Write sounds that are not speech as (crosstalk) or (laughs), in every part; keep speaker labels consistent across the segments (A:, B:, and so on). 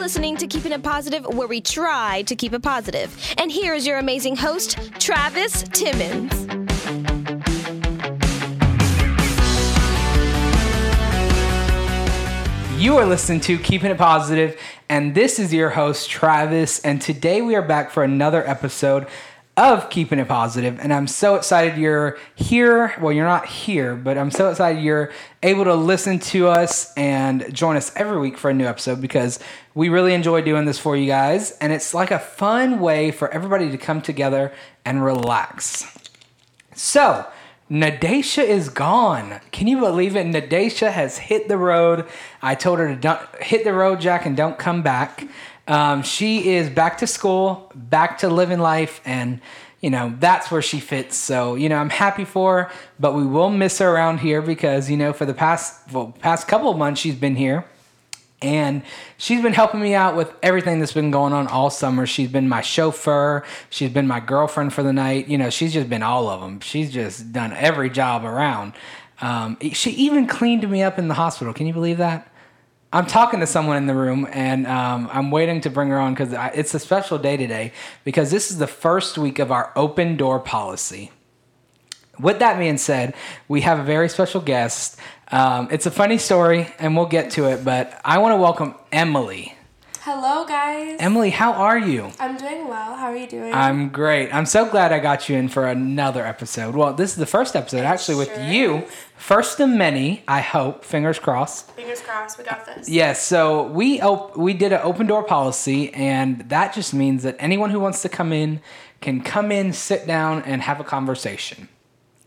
A: listening to Keeping It Positive, where we try to keep it positive. And here is your amazing host, Travis Timmons.
B: You are listening to Keeping It Positive, and this is your host, Travis. And today we are back for another episode of Keeping It Positive, And I'm so excited you're here. Well, you're not here, but I'm so excited you're able to listen to us and join us every week for a new episode because we really enjoy doing this for you guys. And it's like a fun way for everybody to come together and relax. So, Nadesha is gone. Can you believe it? Nadesha has hit the road. I told her to don't, hit the road, Jack, and don't come back. Um, she is back to school, back to living life, and you know that's where she fits. So you know I'm happy for her, but we will miss her around here because you know for the past well, past couple of months she's been here and she's been helping me out with everything that's been going on all summer. She's been my chauffeur. She's been my girlfriend for the night. You know, she's just been all of them. She's just done every job around. Um, she even cleaned me up in the hospital. Can you believe that? I'm talking to someone in the room, and um, I'm waiting to bring her on because it's a special day today because this is the first week of our open door policy. With that being said, we have a very special guest. Um, it's a funny story, and we'll get to it, but I want to welcome Emily.
C: Hello, guys.
B: Emily, how are you?
C: I'm doing well. How are you doing?
B: I'm great. I'm so glad I got you in for another episode. Well, this is the first episode, actually, with
C: sure
B: you.
C: is.
B: First of many, I hope. Fingers crossed.
C: Fingers crossed. We got this.
B: Yes, so we op- we did an open door policy, and that just means that anyone who wants to come in can come in, sit down, and have a conversation.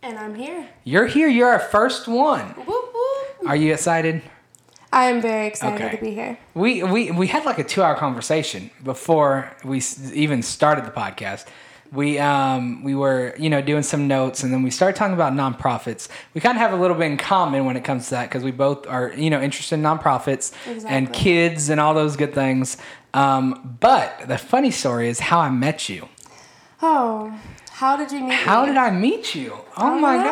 C: And I'm here.
B: You're here. You're our first one.
C: Whoop whoop.
B: Are you excited?
C: I am very excited
B: Okay.
C: to be here.
B: We we we had like a two hour conversation before we s- even started the podcast. We um we were you know doing some notes and then we started talking about nonprofits. We kind of have a little bit in common when it comes to that because we both are you know interested in nonprofits and
C: Exactly.
B: kids and all those good things. Um, but the funny story is how I met you.
C: Oh, how did you meet
B: How
C: me?
B: did I meet you? Oh
C: don't
B: my
C: know.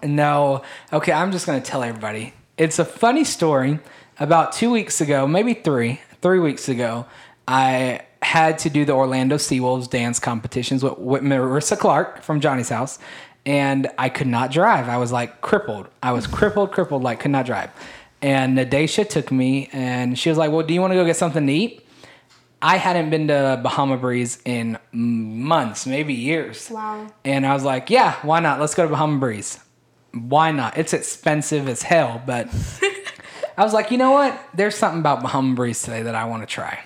B: god. No. Okay, I'm just gonna tell everybody. It's a funny story. About two weeks ago, maybe three, three weeks ago, I had to do the Orlando Seawolves dance competitions with, with Marissa Clark from Johnny's house, and I could not drive. I was like crippled. I was crippled, crippled, like could not drive. And Nadesha took me, and she was like, "Well, do you want to go get something to eat?" I hadn't been to Bahama Breeze in months, maybe years.
C: Wow.
B: And I was like, yeah, why not? Let's go to Bahama Breeze. Why not? It's expensive as hell, but I was like, you know what? There's something about Bahama Breeze today that I want to try.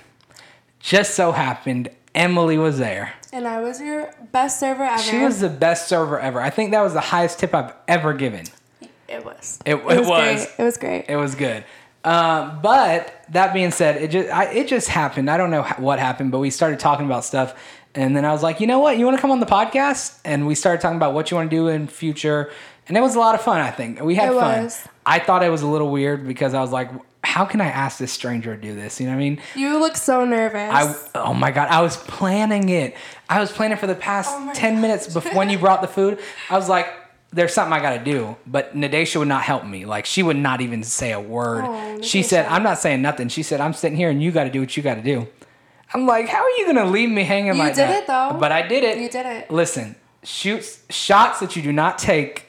B: Just so happened, Emily was there.
C: And I was your best server ever.
B: She was the best server ever. I think that was the highest tip I've ever given.
C: It was.
B: It, it, was.
C: Great. It was great.
B: It was good. Um, but that being said, it just I, it just happened. I don't know h- what happened, but we started talking about stuff, and then I was like, you know what, you want to come on the podcast? And we started talking about what you want to do in future, and it was a lot of fun. I think we had
C: It
B: fun.
C: was.
B: I thought it was a little weird because I was like, how can I ask this stranger to do this? You know what I mean?
C: you look so nervous.
B: I oh my god, I was planning it. I was planning for the past
C: Oh my
B: 10 minutes before when you brought the food. I was like there's something I got to do, but Nadesha would not help me. Like she would not even say a word.
C: Oh,
B: she said,
C: Nadesha.
B: "I'm not saying nothing." She said, "I'm sitting here and you got to do what you got to do." I'm like, "How are you going to leave me hanging
C: You
B: like
C: did
B: that?"
C: it, though.
B: But I did it.
C: You did it.
B: Listen, shoots shots that you do not take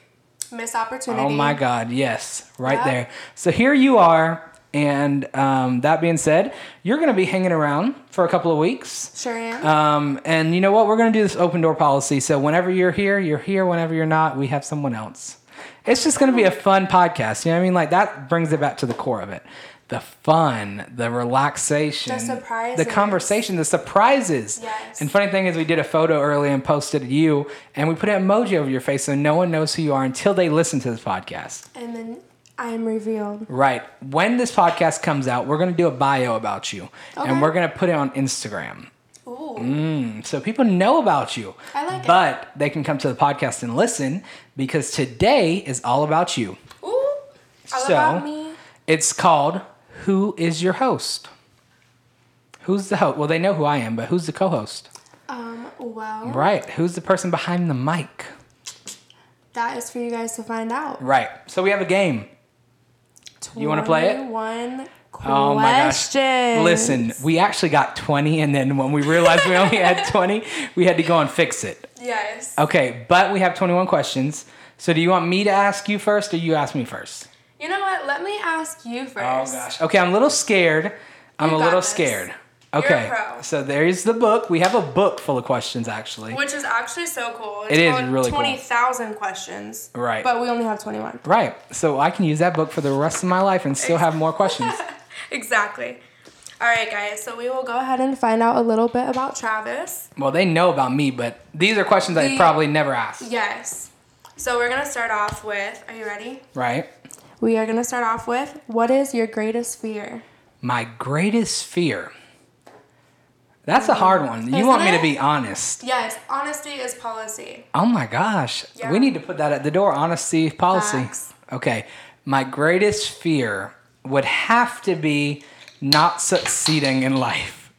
C: Miss opportunity.
B: Oh my God, yes, right
C: Yeah.
B: there. So here you are, and um, that being said, you're going to be hanging around for a couple of weeks.
C: Sure am.
B: Um, and you know what? We're going to do this open door policy. So whenever you're here, you're here. Whenever you're not, we have someone else. It's just going to be a fun podcast. You know what I mean? Like that brings it back to the core of it. The fun, the relaxation,
C: The surprises.
B: the conversation, the surprises.
C: Yes.
B: And funny thing is, we did a photo early and posted you, and we put an emoji over your face so no one knows who you are until they listen to this podcast.
C: and then I am revealed.
B: Right. When this podcast comes out, we're going to do a bio about you
C: Okay.
B: and we're going to put it on Instagram.
C: Ooh.
B: Mm. So people know about you.
C: I like it.
B: But they can come to the podcast and listen because today is all about you.
C: Ooh. All
B: So-
C: about me.
B: It's called Who is Your Host? Who's the host? Well, they know who I am, but who's the co host?
C: Um. Well,
B: Right. Who's the person behind the mic?
C: that is for you guys to find out.
B: Right. So we have a game. You wanna play it?
C: One
B: Oh my gosh.
D: Questions.
B: Listen, we actually got 20, and then when we realized we only
C: (laughs)
B: had 20, we had to go and fix it.
C: Yes.
B: Okay, but we have 21 questions. So do you want me to ask you first, or you ask me first?
C: You know what? Let me ask
B: Oh,
C: you first.
B: Okay, I'm a little scared. I'm
C: You
B: a
C: got
B: little
C: this.
B: scared.
C: You're a
B: Okay.
C: pro.
B: So there's the book. We have a book full of questions, actually.
C: Which is actually so cool. It's
B: It is
C: called
B: really cool.
C: 20,000 questions.
B: Right.
C: But we only have 21.
B: Right. So I can use that book for the rest of my life and still have more questions.
C: Exactly. All right, guys. So we will go ahead and find out a little bit about Travis.
B: Well, they know about me, but these are questions I
C: The-
B: probably never asked.
C: Yes. So we're going to start off with Are you ready?
B: Right.
C: We are going to start off with What is your greatest fear?
B: My greatest fear. That's a hard one. You
C: Isn't
B: want me to
C: it?
B: be honest.
C: Yes, honesty is policy.
B: Oh my gosh.
C: Yeah.
B: We need to put that at the door. Honesty policy.
C: Facts.
B: Okay. My greatest fear would have to be not succeeding in life.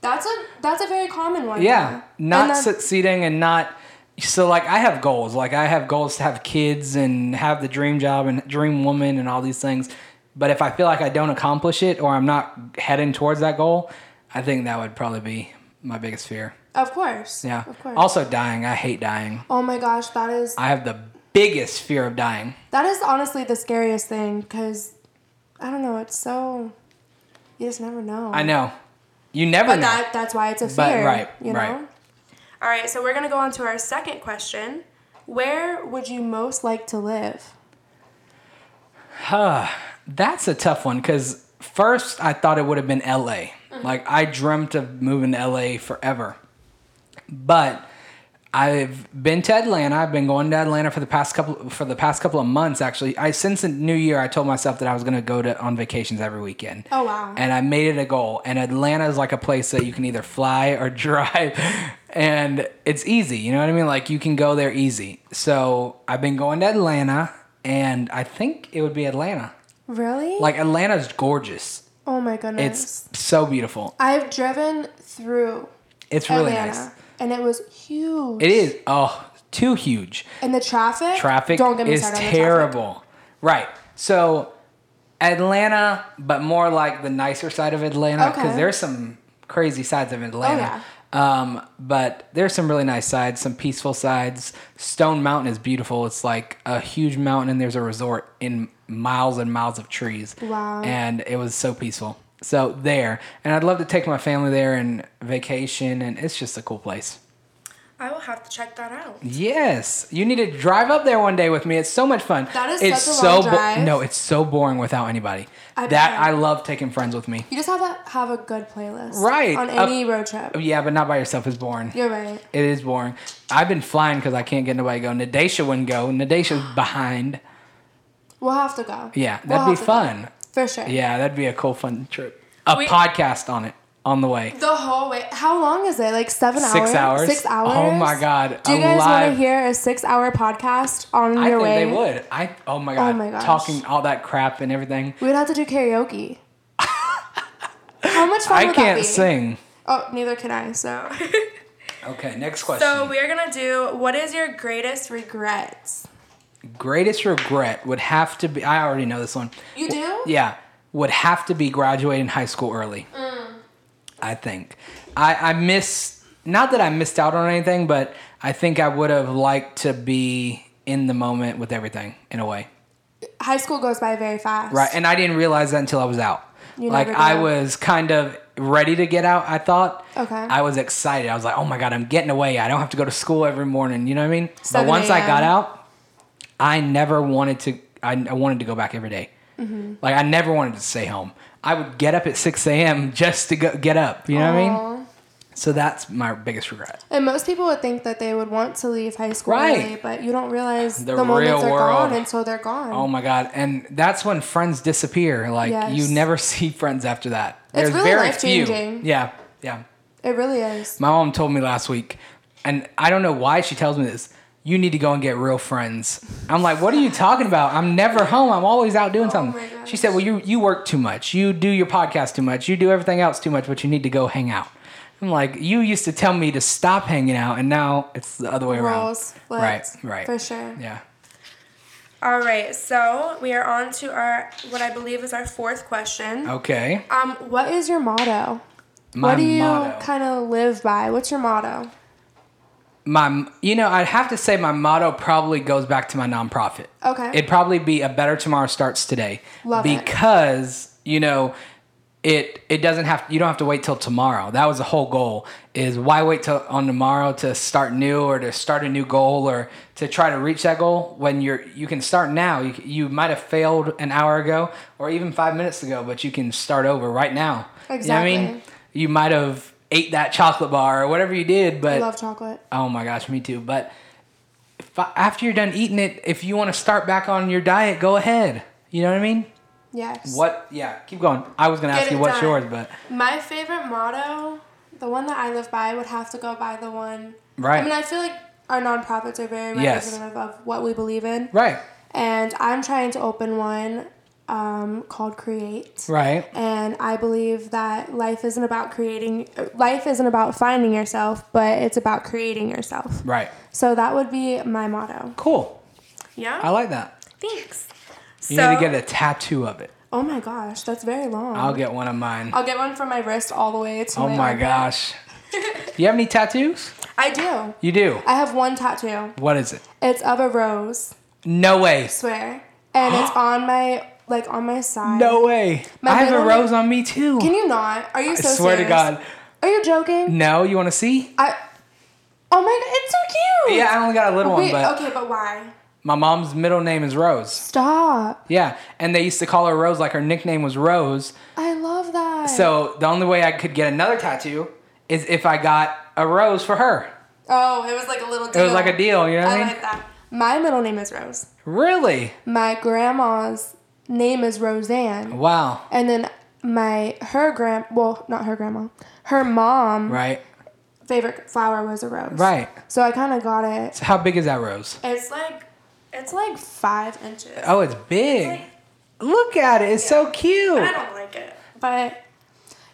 C: That's a that's a very common one.
B: Yeah. Not
C: And that-
B: succeeding and not so like I have goals. Like I have goals to have kids and have the dream job and dream woman and all these things. But if I feel like I don't accomplish it or I'm not heading towards that goal, I think that would probably be my biggest fear.
C: Of course.
B: Yeah.
C: Of course.
B: Also dying. I hate dying.
C: oh my gosh, that is
B: I have the biggest fear of dying.
C: that is honestly the scariest thing cuz I don't know, it's so you just never know.
B: I know. You never
C: But
B: know.
C: (sighs) that that's why it's a fear.
B: But right,
C: you know?
B: right.
C: All right, so we're gonna go on to our second question. Where would you most like to live?
B: Huh. That's a tough one because first I thought it would have been LA.
C: Mm-hmm.
B: Like I dreamt of moving to LA forever. But I've been to Atlanta. I've been going to Atlanta for the past couple for the past couple of months actually. I since the new year I told myself that I was going to go to on vacations every weekend.
C: Oh, wow.
B: And I made it a goal. And Atlanta is like a place that you can either fly or (laughs) drive and it's easy, you know what I mean? Like you can go there easy. So, I've been going to Atlanta and I think it would be Atlanta.
C: Really?
B: Like Atlanta's gorgeous.
C: oh my goodness.
B: It's so beautiful.
C: I've driven through
B: It's really
C: Atlanta
B: nice.
C: and it was huge.
B: It is oh too huge.
C: And the traffic.
B: Traffic
C: Don't get me
B: is
C: started on the traffic.
B: terrible. Right. So Atlanta, but more like the nicer side of Atlanta because
C: Okay. Oh,
B: there's some crazy sides of Atlanta. Um, but there's some really nice sides, some peaceful sides. Stone Mountain is beautiful. It's like a huge mountain and there's a resort in miles and miles of trees.
C: Wow.
B: And it was so peaceful. So there. And I'd love to take my family there and vacation and it's just a cool place.
C: I will have to check that out.
B: Yes, you need to drive up there one day with me. It's so much fun.
C: That is
B: it's
C: such a long
B: so
C: drive.
B: no, it's so boring without anybody.
C: I
B: that
C: bet.
B: I love taking friends with me.
C: You just have to have a good playlist.
B: Right. Uh,
C: On
B: Up-
C: any road trip.
B: Yeah, but not by yourself is boring.
C: You're right.
B: It is boring. I've been flying because I can't get nobody to go. Nadesha wouldn't go. Nadesha's behind.
C: We'll have to go.
B: Yeah, that'd
C: We'll have
B: be
C: to go.
B: fun.
C: For sure.
B: Yeah, that'd be a cool fun trip. A
C: We-
B: podcast on it on the way.
C: The whole way. How long is it? Like seven hours?
B: Six hours.
C: Six hours.
B: Oh my God,
C: Do you
B: a
C: guys want
B: live-
C: to hear a six hour podcast on
B: I
C: your
B: think
C: way?
B: they would. I oh my god,
C: my gosh.
B: talking all that crap and everything.
C: We would have to
B: (laughs)
C: do karaoke. How much fun
B: I
C: would that
B: can't
C: be?
B: sing.
C: Oh, neither can I, so. (laughs)
B: Okay, next question.
C: so we are going to do what is your greatest regrets?
B: Greatest regret would have to be. I already know this one.
C: You do?
B: Yeah, would have to be graduating high school early. I think. I, I miss, not that I missed out on anything, but I think I would have liked to be in the moment with everything in a way.
C: High school goes by very fast.
B: Right. And I didn't realize that until I was out.
C: You
B: like,
C: never
B: I
C: did.
B: was kind of ready to get out, I thought.
C: Okay.
B: I was excited. I was like, oh my God, I'm getting away. I don't have to go to school every morning. You know what I mean? But
C: 7
B: once I got
C: a.m..
B: out, I never wanted to, I, I wanted to go back every day.
C: Mm-hmm.
B: Like, I never wanted to stay home. I would get up at 6 a.m. just to go, get up. You know what I mean?
C: Aw.
B: So that's my biggest regret.
C: And most people would think that they would want to leave high school
B: Right.
C: early, but you don't realize
B: The
C: the, moments
B: real
C: are
B: world.
C: gone until they're gone.
B: Oh my God. And that's when friends disappear. Like,
C: Yes.
B: you never (laughs) see friends after that.
C: It's
B: There's
C: really
B: very few.
C: life-changing.
B: Yeah. Yeah.
C: it really is.
B: My mom told me last week, and I don't know why she tells me this. You need to go and get real friends. I'm like, what are you talking about? I'm never home. I'm always out doing something.
C: my
B: She said, well, you you work too much. You do your podcast too much. You do everything else too much. But you need to go hang out. I'm like, you used to tell me to stop hanging out, and now it's the other way around.
C: Roles, flips,
B: right, right,
C: for sure.
B: Yeah.
C: All right, so we are on to our what I believe is our fourth question.
B: Okay.
C: Um, what is your motto?
B: My
C: what do you
B: motto.
C: kind of live by? What's your motto?
B: my you know i'd have to say my motto probably goes back to my nonprofit
C: Okay.
B: it'd probably be a better tomorrow starts today
C: Love it.
B: because you know it it doesn't have you don't have to wait till tomorrow that was the whole goal is why wait till on tomorrow to start new or to start a new goal or to try to reach that goal when you're you can start now you, you might have failed an hour ago or even five minutes ago but you can start over right now You know what i mean
C: Exactly.
B: you might have ate that chocolate bar or whatever you did but
C: I love chocolate.
B: Oh my gosh, me too. But if I, after you're done eating it, if you want to start back on your diet, go ahead. You know what I mean?
C: Yes.
B: What? Yeah, keep going. I was gonna
C: Get
B: ask you
C: it
B: what's
C: done.
B: yours, but
C: My favorite motto, the one that I live by, would have to go by the one.
B: Right.
C: I mean, I feel like our nonprofits are very
B: Yes.
C: representative of what we believe in.
B: right,
C: And I'm trying to open one um, called Create.
B: right,
C: And I believe that life isn't about creating, life isn't about finding yourself, but it's about creating yourself.
B: right.
C: So that would be my motto.
B: Cool.
C: Yeah.
B: I like that.
C: Thanks.
B: You
C: so,
B: need to get a tattoo of it.
C: Oh my gosh, that's very long.
B: I'll get one of mine.
C: I'll get one from my wrist all the way to
B: oh
C: my
B: my
C: armpit.
B: gosh. Do you have any tattoos?
C: I do.
B: You do.
C: I have one tattoo.
B: What is it?
C: It's of a rose,
B: No way.
C: swear,
B: (gasps)
C: and it's on my like on my side.
B: No way.
C: My
B: I have a
C: middle-
B: rose on me too.
C: Can you not? Are you
B: I
C: so
B: swear to
C: serious?
B: God.
C: Are you joking?
B: No, you want to see?
C: I Oh my god, it's so cute.
B: Yeah, I only got a little one,
C: Wait,
B: but
C: okay, but why?
B: my mom's middle name is Rose.
C: Stop.
B: Yeah, and they used to call her Rose, like her nickname was Rose.
C: I love that.
B: So the only way I could get another tattoo is if I got a rose for her.
C: Oh, it was like a little
B: It
C: deal.
B: was like a deal, you know what I
C: I
B: mean?
C: like that. My middle name is Rose.
B: Really?
C: My grandma's name is Roseanne.
B: Wow.
C: And then my her grand well, not her grandma. Her mom
B: Right.
C: favorite flower was a rose.
B: Right.
C: So I kind of got it.
B: So how big is that rose?
C: It's like it's like five inches.
B: Oh, it's big. Look at it. It's so cute.
C: I don't like it, but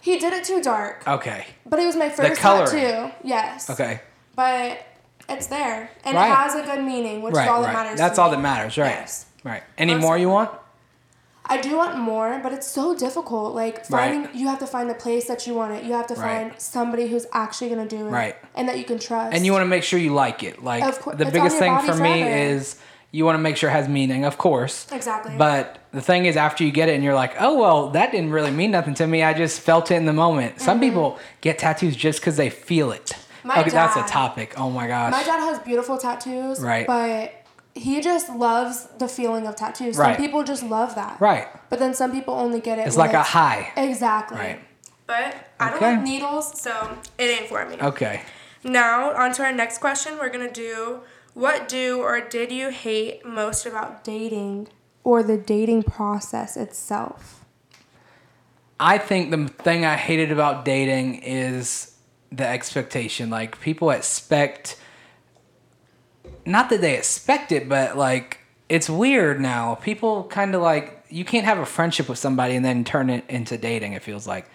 C: he did it too dark.
B: Okay.
C: But it was my first
B: coloring.
C: tattoo. Yes.
B: Uh, Okay.
C: But it's there, and
B: Right.
C: it has a good meaning, which
B: Right.
C: is all that
B: right.
C: matters.
B: That's
C: to
B: all
C: me.
B: that matters. Right.
C: Yes.
B: Right. Any
C: Awesome.
B: more you want?
C: I do want more, but it's so difficult. Like
B: Right.
C: finding, you have to find the place that you want it. You have to
B: Right.
C: find somebody who's actually gonna do it,
B: Right.
C: And that you can trust.
B: And you want to make sure you like it. Like
C: Of cour-
B: the
C: it's on
B: biggest
C: your
B: thing
C: body
B: for me
C: forever.
B: is you want to make sure it has meaning, of course.
C: Exactly.
B: But the thing is, after you get it, and you're like, oh well, that didn't really mean nothing to me. I just felt it in the moment. Some people get tattoos just because they feel it.
C: Mm-hmm. My
B: okay, that's a
C: dad-
B: topic. Oh my gosh.
C: My dad has beautiful tattoos,
B: Right.
C: But he just loves the feeling of tattoos. Some
B: Right.
C: people just love that,
B: Right.
C: But then some people only get it.
B: It's
C: when
B: like a high.
C: Exactly.
B: Right.
C: But I
B: Okay.
C: don't like needles, so it ain't for me.
B: Okay.
C: Now on to our next question. We're gonna do what do or did you hate most about dating or the dating process itself?
B: I think the thing I hated about dating is the expectation. Like people expect not that they expect it, but like it's weird now. People kind of like you can't have a friendship with somebody and then turn it into dating. It feels like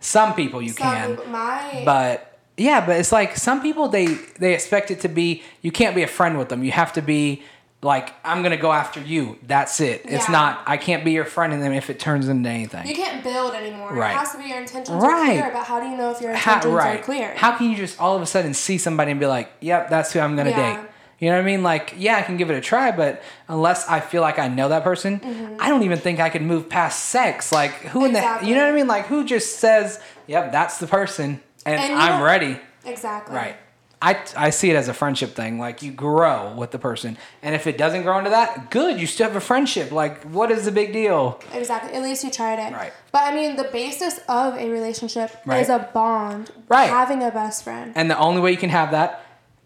B: some people you can,
C: my
B: but yeah, but it's like some people they they expect it to be you can't be a friend with them. You have to be like I'm gonna go after you. That's it. It's
C: Yeah.
B: not I can't be your friend and then if it turns into anything.
C: you can't build anymore.
B: Right.
C: It has to be your intentions
B: Right.
C: are clear. But how do you know if your
B: how,
C: intentions
B: right.
C: are clear?
B: How can you just all of a sudden see somebody and be like, yep, that's who I'm going to
C: Yeah.
B: date? You know what I mean? Like, yeah, I can give it a try, but unless I feel like I know that person,
C: Mm-hmm.
B: I don't even think I could move past sex. Like, who in the,
C: Exactly.
B: you know what I mean? Like, who just says, yep, that's the person and,
C: And you
B: I'm
C: don't-
B: ready?
C: exactly.
B: Right. I, I see it as a friendship thing. Like, you grow with the person. And if it doesn't grow into that, good. You still have a friendship. Like, what is the big deal?
C: Exactly. At least you tried it.
B: Right.
C: But I mean, the basis of a relationship
B: Right.
C: is a bond.
B: Right.
C: Having a best friend
B: And the only way you can have that,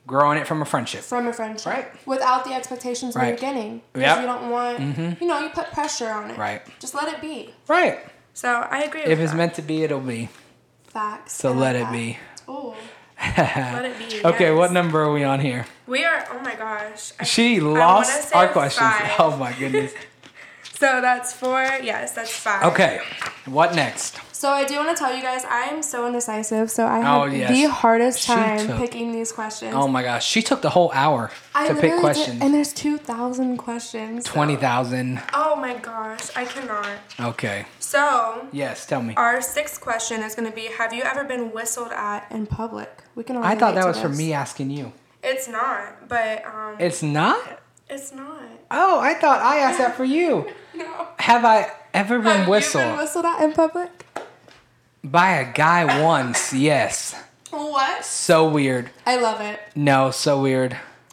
B: growing it from a friendship.
C: from a friendship.
B: Right.
C: Without the expectations in
B: Right.
C: the beginning. 'Cause
B: Yep. Mm-hmm.
C: You don't want, you know, you put pressure on it.
B: Right.
C: Just let it be.
B: Right.
C: So I agree
B: If it's meant to be, it'll be.
C: Facts.
B: So let it
C: (laughs)
B: be.
C: Oh,
B: let
C: it be,
B: okay,
C: yes.
B: what number are we on here?
C: we are, oh my gosh. I-
B: She
C: wanna
B: lost
C: say
B: our questions. (laughs)
C: (laughs) five.
B: Oh my goodness.
C: So that's four. Yes, that's five.
B: Okay, what next?
C: So I do want to tell you guys, I am so indecisive. So I had
B: Oh, yes.
C: the hardest
B: She
C: time
B: took-
C: picking these questions.
B: Oh my gosh, she took the whole hour
C: I
B: to pick
C: literally did-
B: questions.
C: and there's two thousand questions. so-
B: Twenty thousand.
C: Oh my gosh, I cannot.
B: Okay.
C: So
B: Yes, tell me.
C: our sixth question is going to be: Have you ever been whistled at in public? We can. all
B: I thought
C: relate
B: that
C: to
B: was for
C: this.
B: me asking you.
C: It's not, but um,
B: It's not.
C: it's not.
B: Oh, I thought I asked that for you.
C: (laughs) No.
B: Have I ever been
C: Have
B: whistled
C: you been whistled at in public?
B: by a guy once? Yes.
C: What?
B: So weird.
C: I love it.
B: No, so weird.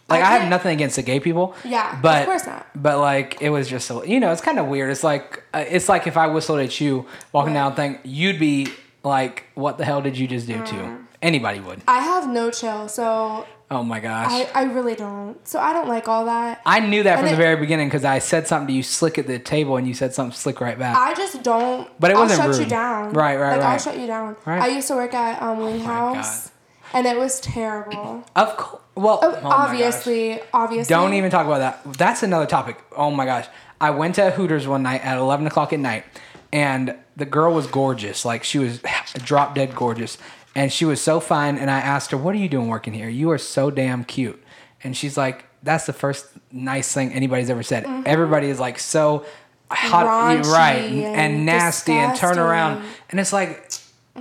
B: Like I, have
C: can't-
B: nothing against the gay people.
C: Yeah, of
B: but
C: course not.
B: But like it was just a, you know it's kind of weird. It's like uh, it's like if I whistled at you walking down, thing you'd be like, what the hell did you just do
C: Mm.
B: to? Anybody would.
C: I have no chill, so
B: Oh my gosh.
C: I, I really don't. So I don't like all that.
B: I knew that from
C: And
B: the
C: it-
B: very beginning because I said something to you slick at the table and you said something slick right back.
C: I just don't.
B: But it wasn't
C: I'll shut
B: rude.
C: you down.
B: Right, right,
C: like, I'll
B: right.
C: shut you down.
B: Right. Oh
C: I used to work at um, Wing House, and it was terrible.
B: of course. Well, oh my gosh.
C: obviously, obviously.
B: Don't even talk about that. That's another topic. Oh my gosh. I went to Hooters one night at 11 o'clock at night, and the girl was gorgeous. Like, she was (laughs) drop dead gorgeous. And she was so fine. And I asked her, What are you doing working here? You are so damn cute. And she's like, That's the first nice thing anybody's ever said. Everybody is like so hot,
C: Mm-hmm. Raunchy
B: right?
C: and
B: And, nasty and turn around.
C: disgusting.
B: And it's like,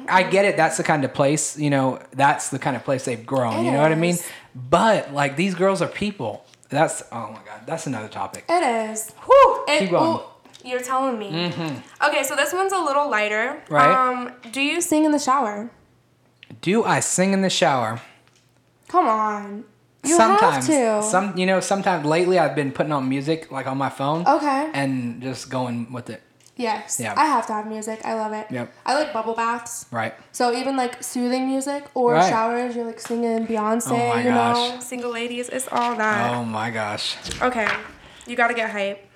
B: I
C: Mm-hmm.
B: get it. That's the kind of place, you know, that's the kind of place they've grown. you know what I mean?
C: is.
B: But like these girls are people. That's oh my god. That's another topic.
C: It is.
B: Whew,
C: It-
B: keep going. Mm-hmm.
C: ooh, you're telling me. Okay, so this one's a little lighter.
B: Right.
C: Um, do you sing in the shower?
B: Do I sing in the shower?
C: Come on. You
B: sometimes.
C: have to.
B: Some you know. Sometimes lately, I've been putting on music like on my phone.
C: Okay.
B: And just going with it.
C: yes.
B: Yeah.
C: I have to have music. I love it.
B: Yep.
C: I like bubble baths.
B: Right.
C: So even like soothing music or
B: Right.
C: showers, you're like singing Beyonce,
B: Oh my
C: you know,
B: gosh.
C: single ladies, it's all that.
B: Oh my gosh.
C: Okay, you gotta get hype.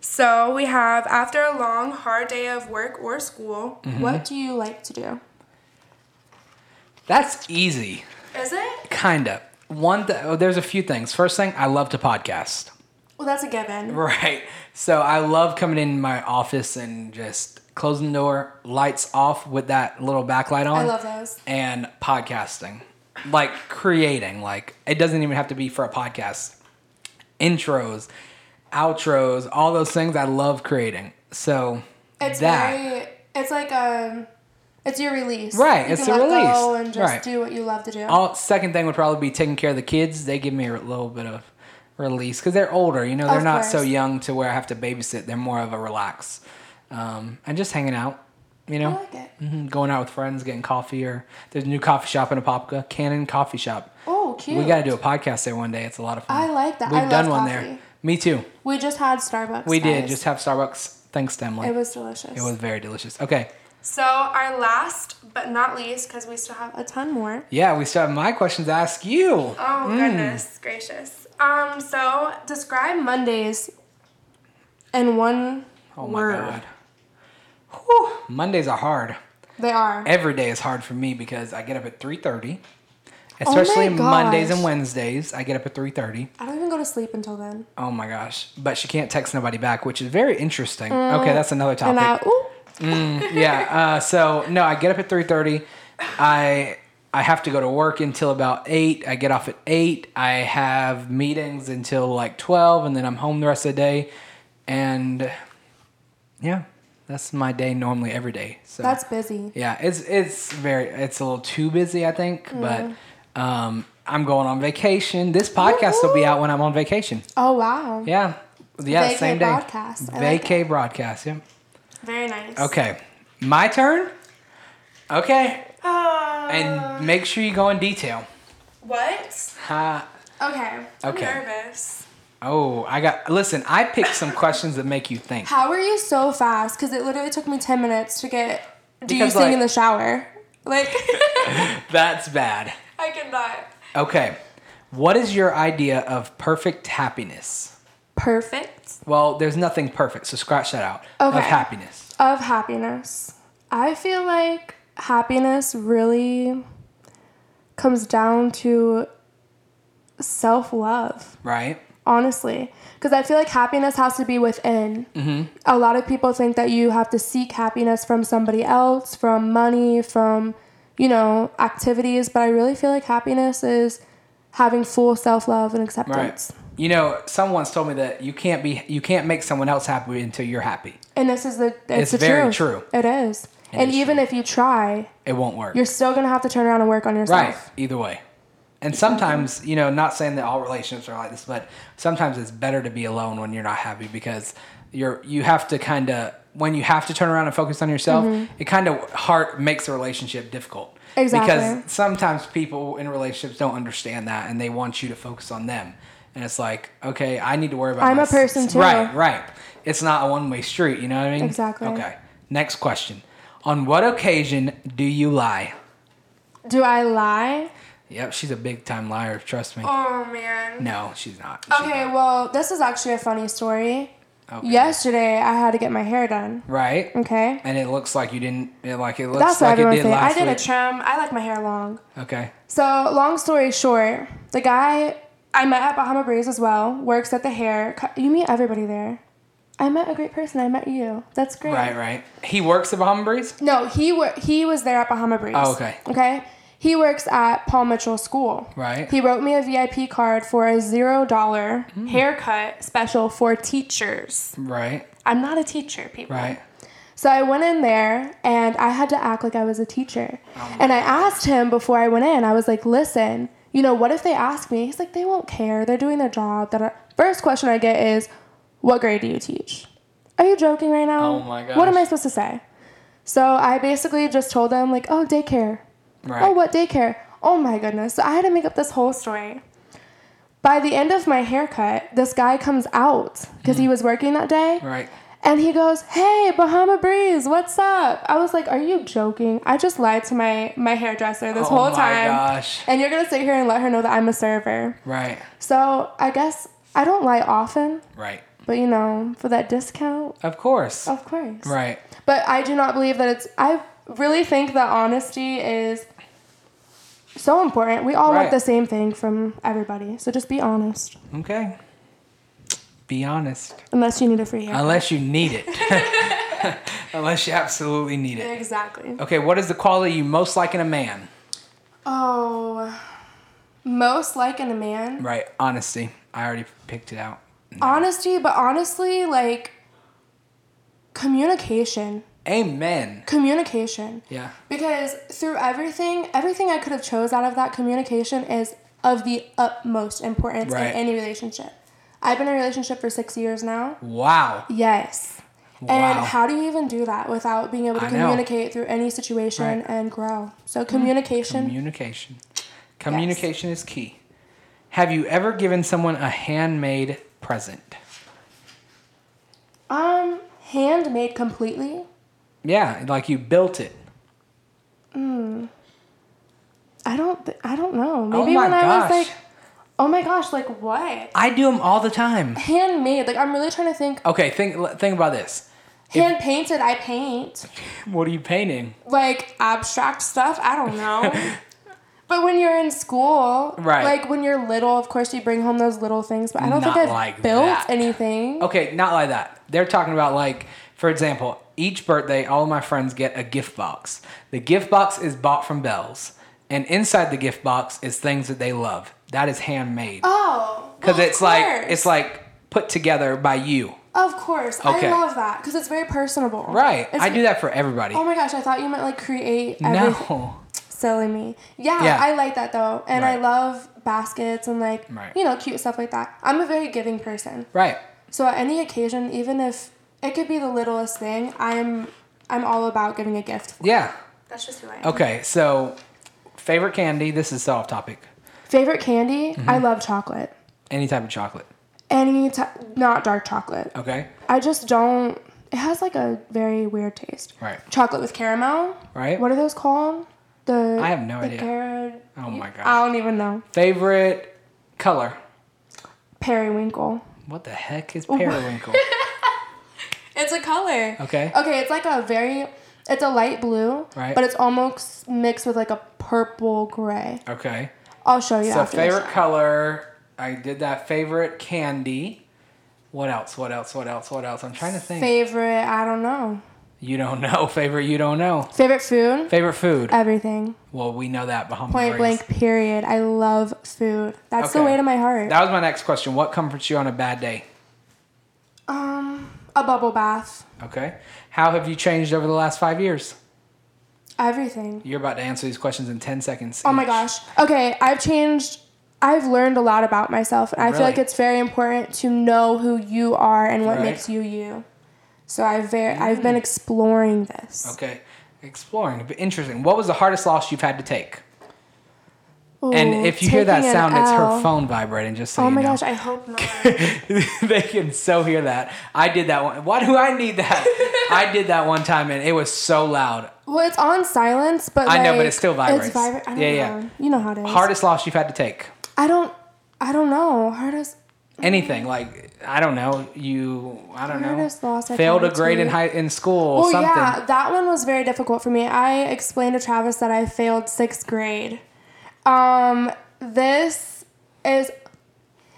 C: So we have after a long, hard day of work or school,
B: Mm-hmm.
C: what do you like to do?
B: That's easy.
C: Is it?
B: Kinda. One. Th- oh, there's a few things. First thing, I love to podcast.
C: Well, that's a given.
B: Right. So I love coming in my office and just closing the door, lights off with that little backlight on.
C: I love those.
B: And podcasting. Like creating. Like it doesn't even have to be for a podcast. Intros, outros, all those things I love creating. So
C: It's
B: that
C: very. It's like um, it's your release.
B: Right,
C: You
B: it's
C: can
B: a
C: let go
B: release.
C: and just
B: Right.
C: do what you love to do.
B: all second thing would probably be taking care of the kids. They give me a little bit of release because they're older. You know, they're
C: Of
B: not so
C: course.
B: young to where I have to babysit. They're more of a relax um, and just hanging out. You know,
C: I like it.
B: Mhm, going out with friends, getting coffee, or there's a new coffee shop in Apopka, Cannon Coffee Shop.
C: Oh, cute.
B: We got to do a podcast there one day. It's a lot of fun.
C: I like that.
B: We've
C: I
B: done
C: love
B: one
C: coffee.
B: there. Me too.
C: We just had Starbucks.
B: We did
C: guys.
B: just have Starbucks. Thanks, to Emily.
C: It was delicious.
B: it was very delicious. Okay.
C: So our last but not least, because we still have a ton more.
B: Yeah, we still have my questions to ask you.
C: Oh goodness gracious. Um. So describe Mondays in one
B: Oh my
C: word.
B: god. Whew, Mondays are hard.
C: They are.
B: every day is hard for me because I get up at 3:30. Especially
C: Oh gosh.
B: Mondays and Wednesdays, I get up at 3:30.
C: I don't even go to sleep until then.
B: Oh my gosh. But she can't text nobody back, which is very interesting. okay, that's another topic.
C: Mm. And I. Ooh,
B: yeah, uh, so no, I get up at 3:30. I I have to go to work until about 8. I get off at 8. I have meetings until like 12 and then I'm home the rest of the day. And yeah, that's my day normally every day. So
C: that's busy.
B: yeah, it's it's very it's a little too busy, I think.
C: Mm-hmm.
B: But um, I'm going on vacation. This podcast will be out when I'm on vacation.
C: Oh wow.
B: Yeah, yeah,
C: Vacay
B: same day.
C: broadcast. I like
B: Vacay broadcast. Yeah.
C: Very nice.
B: Okay, my turn. Okay,
C: Uh,
B: and make sure you go in detail.
C: what?
B: Ha.
C: Okay. I'm
B: Okay.
C: nervous.
B: oh, I got. Listen, I picked some questions that make you think.
C: How are you so fast? Because it literally took me 10 minutes to get. Do
B: Because,
C: you sing
B: like-
C: in the shower?
B: (laughs)
C: Like, (laughs)
B: That's bad.
C: I cannot.
B: Okay, what is your idea of perfect happiness?
C: Perfect.
B: Well, there's nothing perfect, so scratch that out.
C: Okay.
B: Of happiness.
C: Of happiness. I feel like happiness really comes down to self love.
B: right?
C: honestly. Because I feel like happiness has to be within.
B: Mm-hmm.
C: A lot of people think that you have to seek happiness from somebody else, from money, from, you know, activities. But I really feel like happiness is having full self love and acceptance.
B: Right. You know, someone once told me that you can't be you can't make someone else happy until you're happy.
C: And this is the
B: It's
C: it's, the
B: very
C: truth.
B: true.
C: It is. and
B: is
C: even if you try,
B: It won't work.
C: you're still gonna have to turn around and work on yourself.
B: Right. Either way. And sometimes, you know, not saying that all relationships are like this, but sometimes it's better to be alone when you're not happy because you're you have to kind of when you have to turn around and focus on yourself,
C: Mm-hmm.
B: it kind of hard makes the relationship difficult. Because
C: Exactly.
B: sometimes people in relationships don't understand that and they want you to focus on them. And it's like, okay, I need to worry about
C: I'm a
B: mys-
C: person too.
B: Right, right. It's not a one-way street, you know what I mean?
C: Exactly.
B: Okay. Next question. On what occasion do you lie?
C: Do I lie?
B: Yep, she's a big time liar. Trust me.
C: Oh man.
B: No, she's not. She's
C: Okay,
B: not.
C: well, this is actually a funny story.
B: Okay.
C: Yesterday, I had to get my hair done.
B: Right.
C: Okay.
B: And it looks like you didn't. It, like it looks
C: That's what
B: like it
C: everyone
B: did
C: thinks. I
B: last
C: did a
B: week.
C: trim. I like my hair long.
B: okay.
C: So, long story short, the guy I met at Bahama Breeze as well works at the hair. co- You meet everybody there. I met a great person. I met you. That's great.
B: Right. Right. He works at Bahama Breeze.
C: No, he wor- he was there at Bahama Breeze.
B: Oh, okay.
C: Okay. He works at Paul Mitchell School.
B: Right. Mm.
C: He wrote me a VIP card for a zero dollar haircut special for teachers.
B: Right.
C: I'm not a teacher, people.
B: Right.
C: So I went in there and I had to act like I was a teacher.
B: Oh
C: and I asked him before I went in, I was like, listen, you know, what if they ask me? He's like, they won't care. They're doing their job. That First question I get is, what grade do you teach? Are you joking right now?
B: Oh my
C: What am
B: gosh.
C: I supposed to say? So I basically just told him, like, oh, daycare.
B: Right.
C: Oh, what daycare? Oh my goodness. So I had to make up this whole story. By the end of my haircut, this guy comes out because he was working that day.
B: Hmm. Right.
C: And he goes, "Hey, Bahama Breeze, what's up?" I was like, "Are you joking? I just lied to my my hairdresser this
B: Oh
C: whole
B: my
C: time."
B: gosh.
C: And you're gonna sit here and let her know that I'm a server.
B: Right.
C: So I guess I don't lie often,
B: Right.
C: but you know, for that discount,
B: Of course.
C: of course.
B: Right.
C: But I do not believe that it's. I really think that honesty is so important. We all
B: Right.
C: want the same thing from everybody, so just be honest.
B: Okay. Be honest.
C: Unless you need a free hair.
B: Unless you need it. (laughs) Unless you absolutely need it.
C: exactly.
B: Okay. What is the quality you most like in a man?
C: Oh, most like in a man.
B: Right. Honesty. I already picked it out.
C: honesty but honestly like communication
B: Amen.
C: communication
B: Yeah.
C: because through everything everything i could have chose out of that communication is of the utmost importance
B: Right.
C: in any relationship i've been in a relationship for six years now
B: Wow.
C: yes
B: Wow.
C: and how do you even do that without being able to
B: I know.
C: communicate through any situation
B: Right. Mm-hmm.
C: and grow so communication
B: Communication. Communication is key. Have you ever given someone a handmade present?
C: um handmade completely
B: Yeah, like you built it.
C: i don't th- i don't know
B: Oh
C: maybe
B: my
C: when i was
B: gosh.
C: like oh my gosh like what
B: I do them all the time.
C: handmade. Like I'm really trying to think.
B: Okay, think think about this.
C: Hand painted, I paint
B: What are you painting?
C: like abstract stuff. I
B: (laughs)
C: don't know. but when you're in school,
B: Right.
C: Like when you're little, of course you bring home those little things. But I don't
B: Not
C: think I've
B: like
C: built
B: that. Oh.
C: anything.
B: Okay, not like that. They're talking about like, for example, each birthday, all of my friends get a gift box. The gift box is bought from Bell's, and inside the gift box is things that they love. That is handmade
C: Oh,
B: because
C: well, of
B: it's like
C: course.
B: it's like put together by you.
C: Of course,
B: Okay.
C: I love that because it's very personable.
B: Right.
C: It's
B: I do that for everybody.
C: Oh my gosh, I thought you meant like create. everything.
B: no.
C: Silly me. Yeah,
B: Yeah.
C: I like that though, and I
B: Right.
C: love baskets and like
B: Right.
C: you know cute stuff like that. I'm a very giving person.
B: (laughs) Right.
C: So at any occasion, even if it could be the littlest thing, I'm I'm all about giving a gift.
B: Yeah.
C: That's just who I am.
B: Okay. So, favorite candy. This is off topic.
C: Favorite candy?
B: Mm-hmm.
C: I love chocolate.
B: Any type of chocolate.
C: Any t- not dark chocolate.
B: Okay.
C: I just don't. It has like a very weird taste.
B: Right.
C: Chocolate with caramel.
B: Right.
C: What are those called? The
B: I have no
C: the
B: idea.
C: Cara-
B: Oh my gosh.
C: I don't even know.
B: Favorite color.
C: Periwinkle.
B: What the heck is
C: (laughs)
B: periwinkle?
C: It's a color.
B: Okay.
C: Okay, it's like a very. It's a light blue,
B: Right.
C: but it's almost mixed with like a purple gray.
B: okay.
C: I'll show you.
B: So
C: after this.
B: favorite color. I did that favorite candy. What else? What else? What else? What else? I'm trying to think.
C: Favorite, I don't know.
B: you don't know. (laughs) Favorite, you don't know.
C: Favorite food?
B: Favorite food.
C: Everything.
B: well, we know that Bahama
C: Uh, Point
B: Breeze.
C: blank, period. I love food. That's the
B: Okay.
C: way to my heart.
B: That was my next question. What comforts you on a bad day?
C: um, a bubble bath.
B: Okay. How have you changed over the last five years?
C: Everything.
B: You're about to answer these questions in 10 seconds.
C: Oh my
B: each.
C: gosh. Okay, I've changed. I've learned a lot about myself, and I feel
B: Really?
C: like it's very important to know who you are and what
B: Right. Mm.
C: makes you you. So I've very, I've been exploring this.
B: Okay. Exploring. But Interesting. What was the hardest loss you've had to take? and
C: Ooh,
B: if you hear that
C: taking an
B: sound, it's her
C: L.
B: phone vibrating, just so
C: Oh
B: you
C: my
B: know.
C: gosh, I hope not.
B: (laughs) they can so hear that. I did that one. Why do I need that? I did that one time and it was so loud.
C: well, it's on silence, but
B: I know, but
C: like,
B: it still vibrates.
C: It's vibra- I don't
B: Yeah,
C: yeah,
B: yeah.
C: know. You know how it is.
B: Hardest loss you've had to take?
C: I don't. I don't know. Hardest.
B: Anything like I don't know. You I don't
C: Hardest
B: know.
C: loss I've
B: failed a
C: had to
B: grade in
C: take?
B: high in school.
C: Well,
B: something.
C: oh, yeah, that one was very difficult for me. I explained to Travis that I failed sixth grade. Um, this is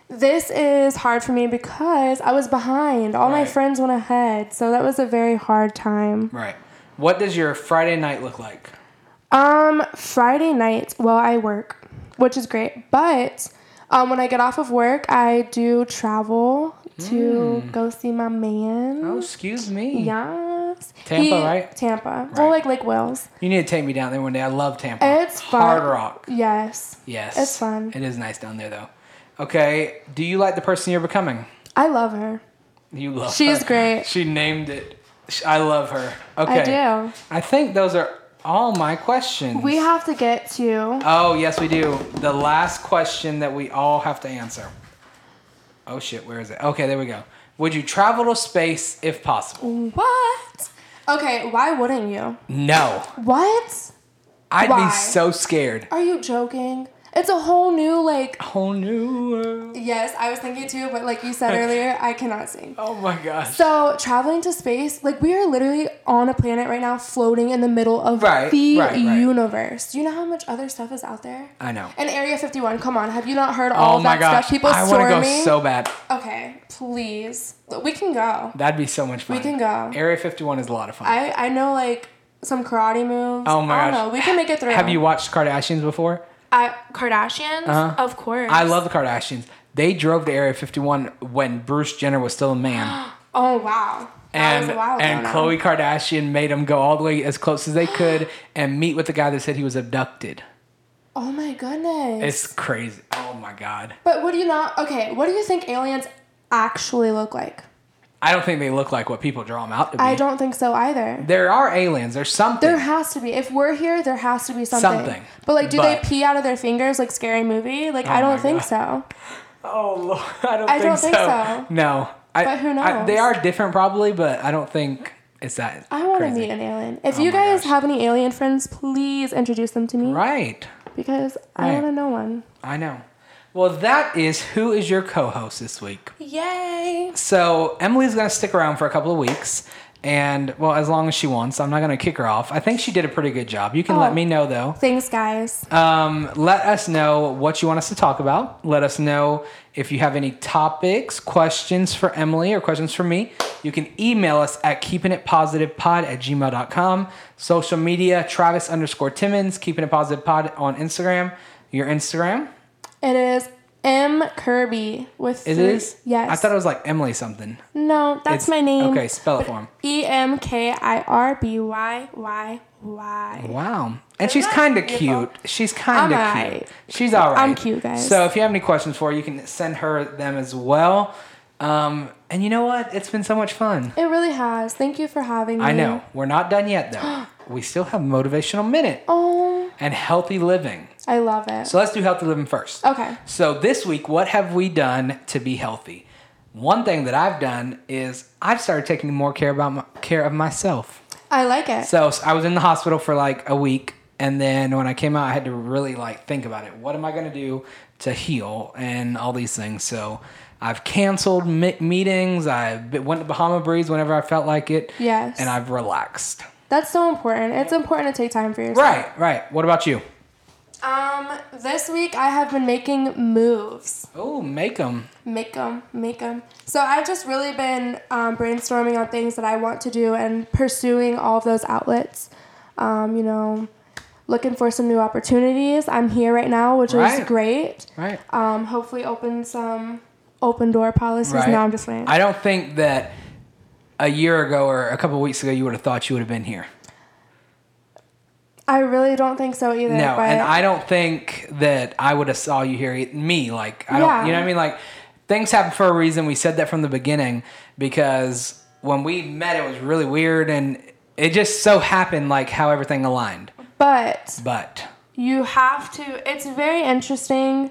C: this is hard for me because I was behind. All my
B: Right.
C: friends went ahead, so that was a very hard time.
B: Right. What does your Friday night look like?
C: Um, Friday nights, well, I work, which is great, but um, when I get off of work, I do travel to
B: Hmm.
C: go see my man.
B: Oh, excuse me.
C: Yes.
B: Tampa, right?
C: Tampa. Well,
B: Right.
C: like Lake Wills.
B: You need to take me down there one day. I love Tampa.
C: It's fun.
B: Hard rock.
C: Yes.
B: Yes.
C: It's fun.
B: It is nice down there though. Okay. Do you like the person you're becoming?
C: I love her.
B: You love
C: She's
B: her.
C: great.
B: She named it. Sh- I love her. Okay.
C: I do.
B: I think those are all my questions.
C: We have to get to.
B: Oh, yes, we do. The last question that we all have to answer. Oh, shit. Where is it? Okay, there we go. Would you travel to space if possible?
C: What? Okay, why wouldn't you?
B: No.
C: What?
B: I'd
C: Why?
B: be so scared. Oh,
C: Are you joking? It's a whole new, like.
B: Whole new world.
C: Yes, I was thinking too, but like you said earlier, I cannot sing.
B: Oh, my gosh.
C: So, traveling to space, like we are literally on a planet right now floating in the middle of
B: Right,
C: the
B: right, right.
C: universe. Do you know how much other stuff is out there?
B: I know.
C: And Area 51, come on, have you not heard all
B: Oh,
C: of
B: my
C: that
B: gosh.
C: stuff? People
B: I want to
C: storming.
B: go so bad.
C: Okay, please. We can go.
B: That'd be so much fun.
C: We can go.
B: Area 51 is a lot of fun.
C: I I know like some karate moves.
B: Oh my
C: I don't
B: gosh.
C: know. We can make it through.
B: have you watched Kardashians before?
C: I, Kardashians?
B: Uh-huh.
C: Of course.
B: I love the Kardashians. They drove to Area 51 when Bruce Jenner was still a
C: (gasps)
B: man,
C: Oh wow. That
B: and
C: was a while ago
B: and
C: now.
B: Khloe Kardashian made him go all the way as close as
C: (gasps)
B: they could and meet with the guy that said he was abducted.
C: Oh my goodness.
B: It's crazy. Oh my god.
C: but what do you not? Okay, what do you think aliens actually look like?
B: I don't think they look like what people draw them out to be.
C: I don't think so either.
B: There are aliens. There's something.
C: There has to be. If we're here, there has to be something.
B: Something.
C: But like, do
B: But-
C: they pee out of their fingers like Scary Movie? Like,
B: Oh
C: I
B: my
C: don't think
B: God.
C: so.
B: oh lord. (laughs) I don't
C: I
B: think
C: don't
B: so.
C: think so.
B: No. I,
C: But who
B: I- they
C: knows?
B: are different probably, but I don't think it's that.
C: I want to
B: crazy.
C: meet an alien. If
B: Oh
C: you
B: my
C: guys
B: gosh.
C: have any alien friends, please introduce them to me
B: Right.
C: because
B: Right.
C: I want to know one.
B: I know. Well, that is who is your co-host this week.
C: Yay!
B: So Emily's gonna stick around for a couple of weeks, and well, as long as she wants. I'm not gonna kick her off. I think she did a pretty good job. You can let
C: Oh.
B: me know though.
C: Thanks, guys.
B: Um, let us know what you want us to talk about. Let us know if you have any topics, questions for Emily, or questions for me. You can email us at keepingitpositivepod at gmail.com. Social media, Travis underscore Timmons, keeping it positive pod on Instagram. Your Instagram?
C: It is M Kirby with
B: It
C: three-
B: is?
C: Yes.
B: I thought it was like Emily something.
C: no,
B: It's-
C: that's my name.
B: okay, spell it for 'em.
C: E M K I R B Y Y Y.
B: Wow. And she's
C: that
B: kind of
C: beautiful?
B: cute. She's kind of
C: I'm
B: cute.
C: alright.
B: She's all right.
C: I'm cute, guys.
B: So if you have any questions for her, you can send her them as well. Um, and you know what? It's been so much fun.
C: It really has. Thank you for having me.
B: I know. We're not done yet,
C: (gasps)
B: though. we still have Motivational Minute
C: Oh,
B: and Healthy Living.
C: I love it.
B: So let's do Healthy Living first.
C: okay.
B: So this week, what have we done to be healthy? One thing that I've done is I've started taking more care about my, care of myself.
C: I like it.
B: So s- I was in the hospital for like a week, and then when I came out, I had to really like think about it. What am I gonna do to heal and all these things? So I've canceled mi- meetings. I b- went to Bahama Breeze whenever I felt like it.
C: Yes.
B: And I've relaxed.
C: That's so important. It's important to take time for yourself.
B: Right, right. What about you?
C: Um, this week I have been making moves.
B: Oh, make them.
C: Make them, make them. So I've just really been um, brainstorming on things that I want to do and pursuing all of those outlets. Um, you know, looking for some new opportunities. I'm here right now, which
B: Right.
C: is great.
B: Right.
C: Um, hopefully open some open door policies.
B: Right.
C: No, I'm just playing.
B: I don't think that a year ago or a couple weeks ago you would have thought you would have been here.
C: I really don't think so either.
B: No,
C: but
B: and I don't think that I would have saw you here. e- Me, like I
C: Yeah.
B: don't. You know what I mean? Like things happen for a reason. We said that from the beginning because when we met, it was really weird, and it just so happened like how everything aligned.
C: but
B: But
C: you have to it's very interesting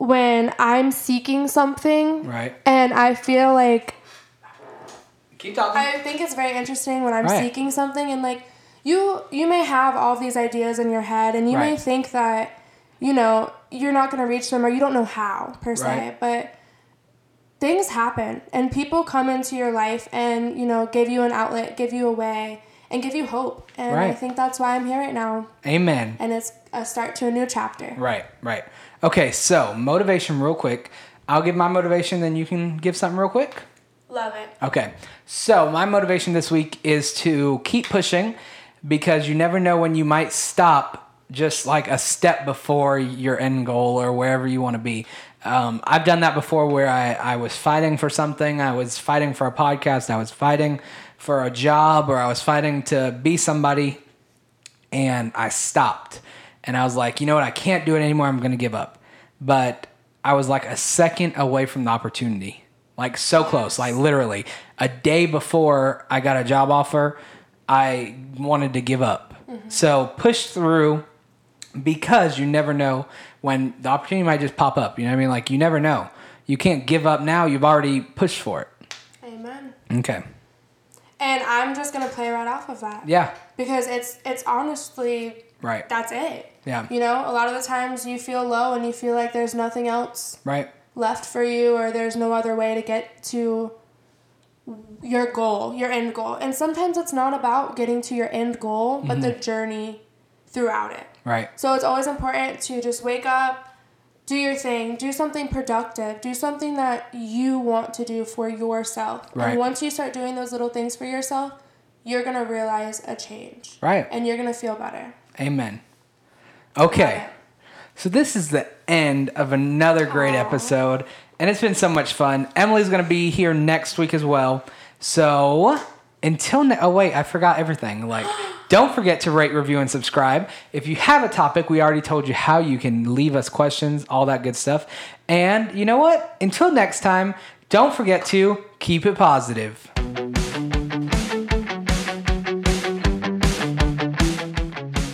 C: when i'm seeking something
B: Right.
C: and i feel like
B: keep talking.
C: i think it's very interesting when i'm
B: Right.
C: seeking something and like you you may have all these ideas in your head and you may
B: Right.
C: think that you know you're not going to reach them or you don't know how per se
B: Right.
C: but things happen and people come into your life and you know give you an outlet give you a way and give you hope and i
B: Right.
C: think that's why i'm here right now
B: Amen.
C: and it's a start to a new chapter
B: Right, right. Okay, so motivation, real quick. I'll give my motivation, then you can give something real quick.
C: Love it.
B: Okay, so my motivation this week is to keep pushing because you never know when you might stop just like a step before your end goal or wherever you want to be. Um, I've done that before where I, I was fighting for something, I was fighting for a podcast, I was fighting for a job, or I was fighting to be somebody, and I stopped. And I was like, you know what? I can't do it anymore. I'm going to give up. But I was like a second away from the opportunity, like so close, like literally a day before I got a job offer, I wanted to give up. So push through because you never know when the opportunity might just pop up. You know what I mean? Like you never know. You can't give up now. You've already pushed for it.
C: Amen.
B: Okay.
C: And I'm just gonna play right off of that.
B: Yeah.
C: Because it's it's honestly
B: Right.
C: that's it.
B: Yeah.
C: You know, a lot of the times you feel low and you feel like there's nothing else
B: Right.
C: left for you or there's no other way to get to your goal, your end goal. And sometimes it's not about getting to your end goal, but
B: Mm-hmm.
C: the journey throughout it.
B: Right.
C: So it's always important to just wake up, do your thing, do something productive, do something that you want to do for yourself.
B: Right.
C: And once you start doing those little things for yourself, you're gonna realize a change.
B: Right.
C: And you're gonna feel better.
B: Amen. Okay.
C: Love it.
B: So this is the end of another great episode, and it's been so much fun. Emily's gonna be here next week as well. So until ne- oh wait, I forgot everything. Like, don't forget to rate, review, and subscribe. If you have a topic, we already told you how you can leave us questions, all that good stuff. And you know what? Until next time, don't forget to keep it positive.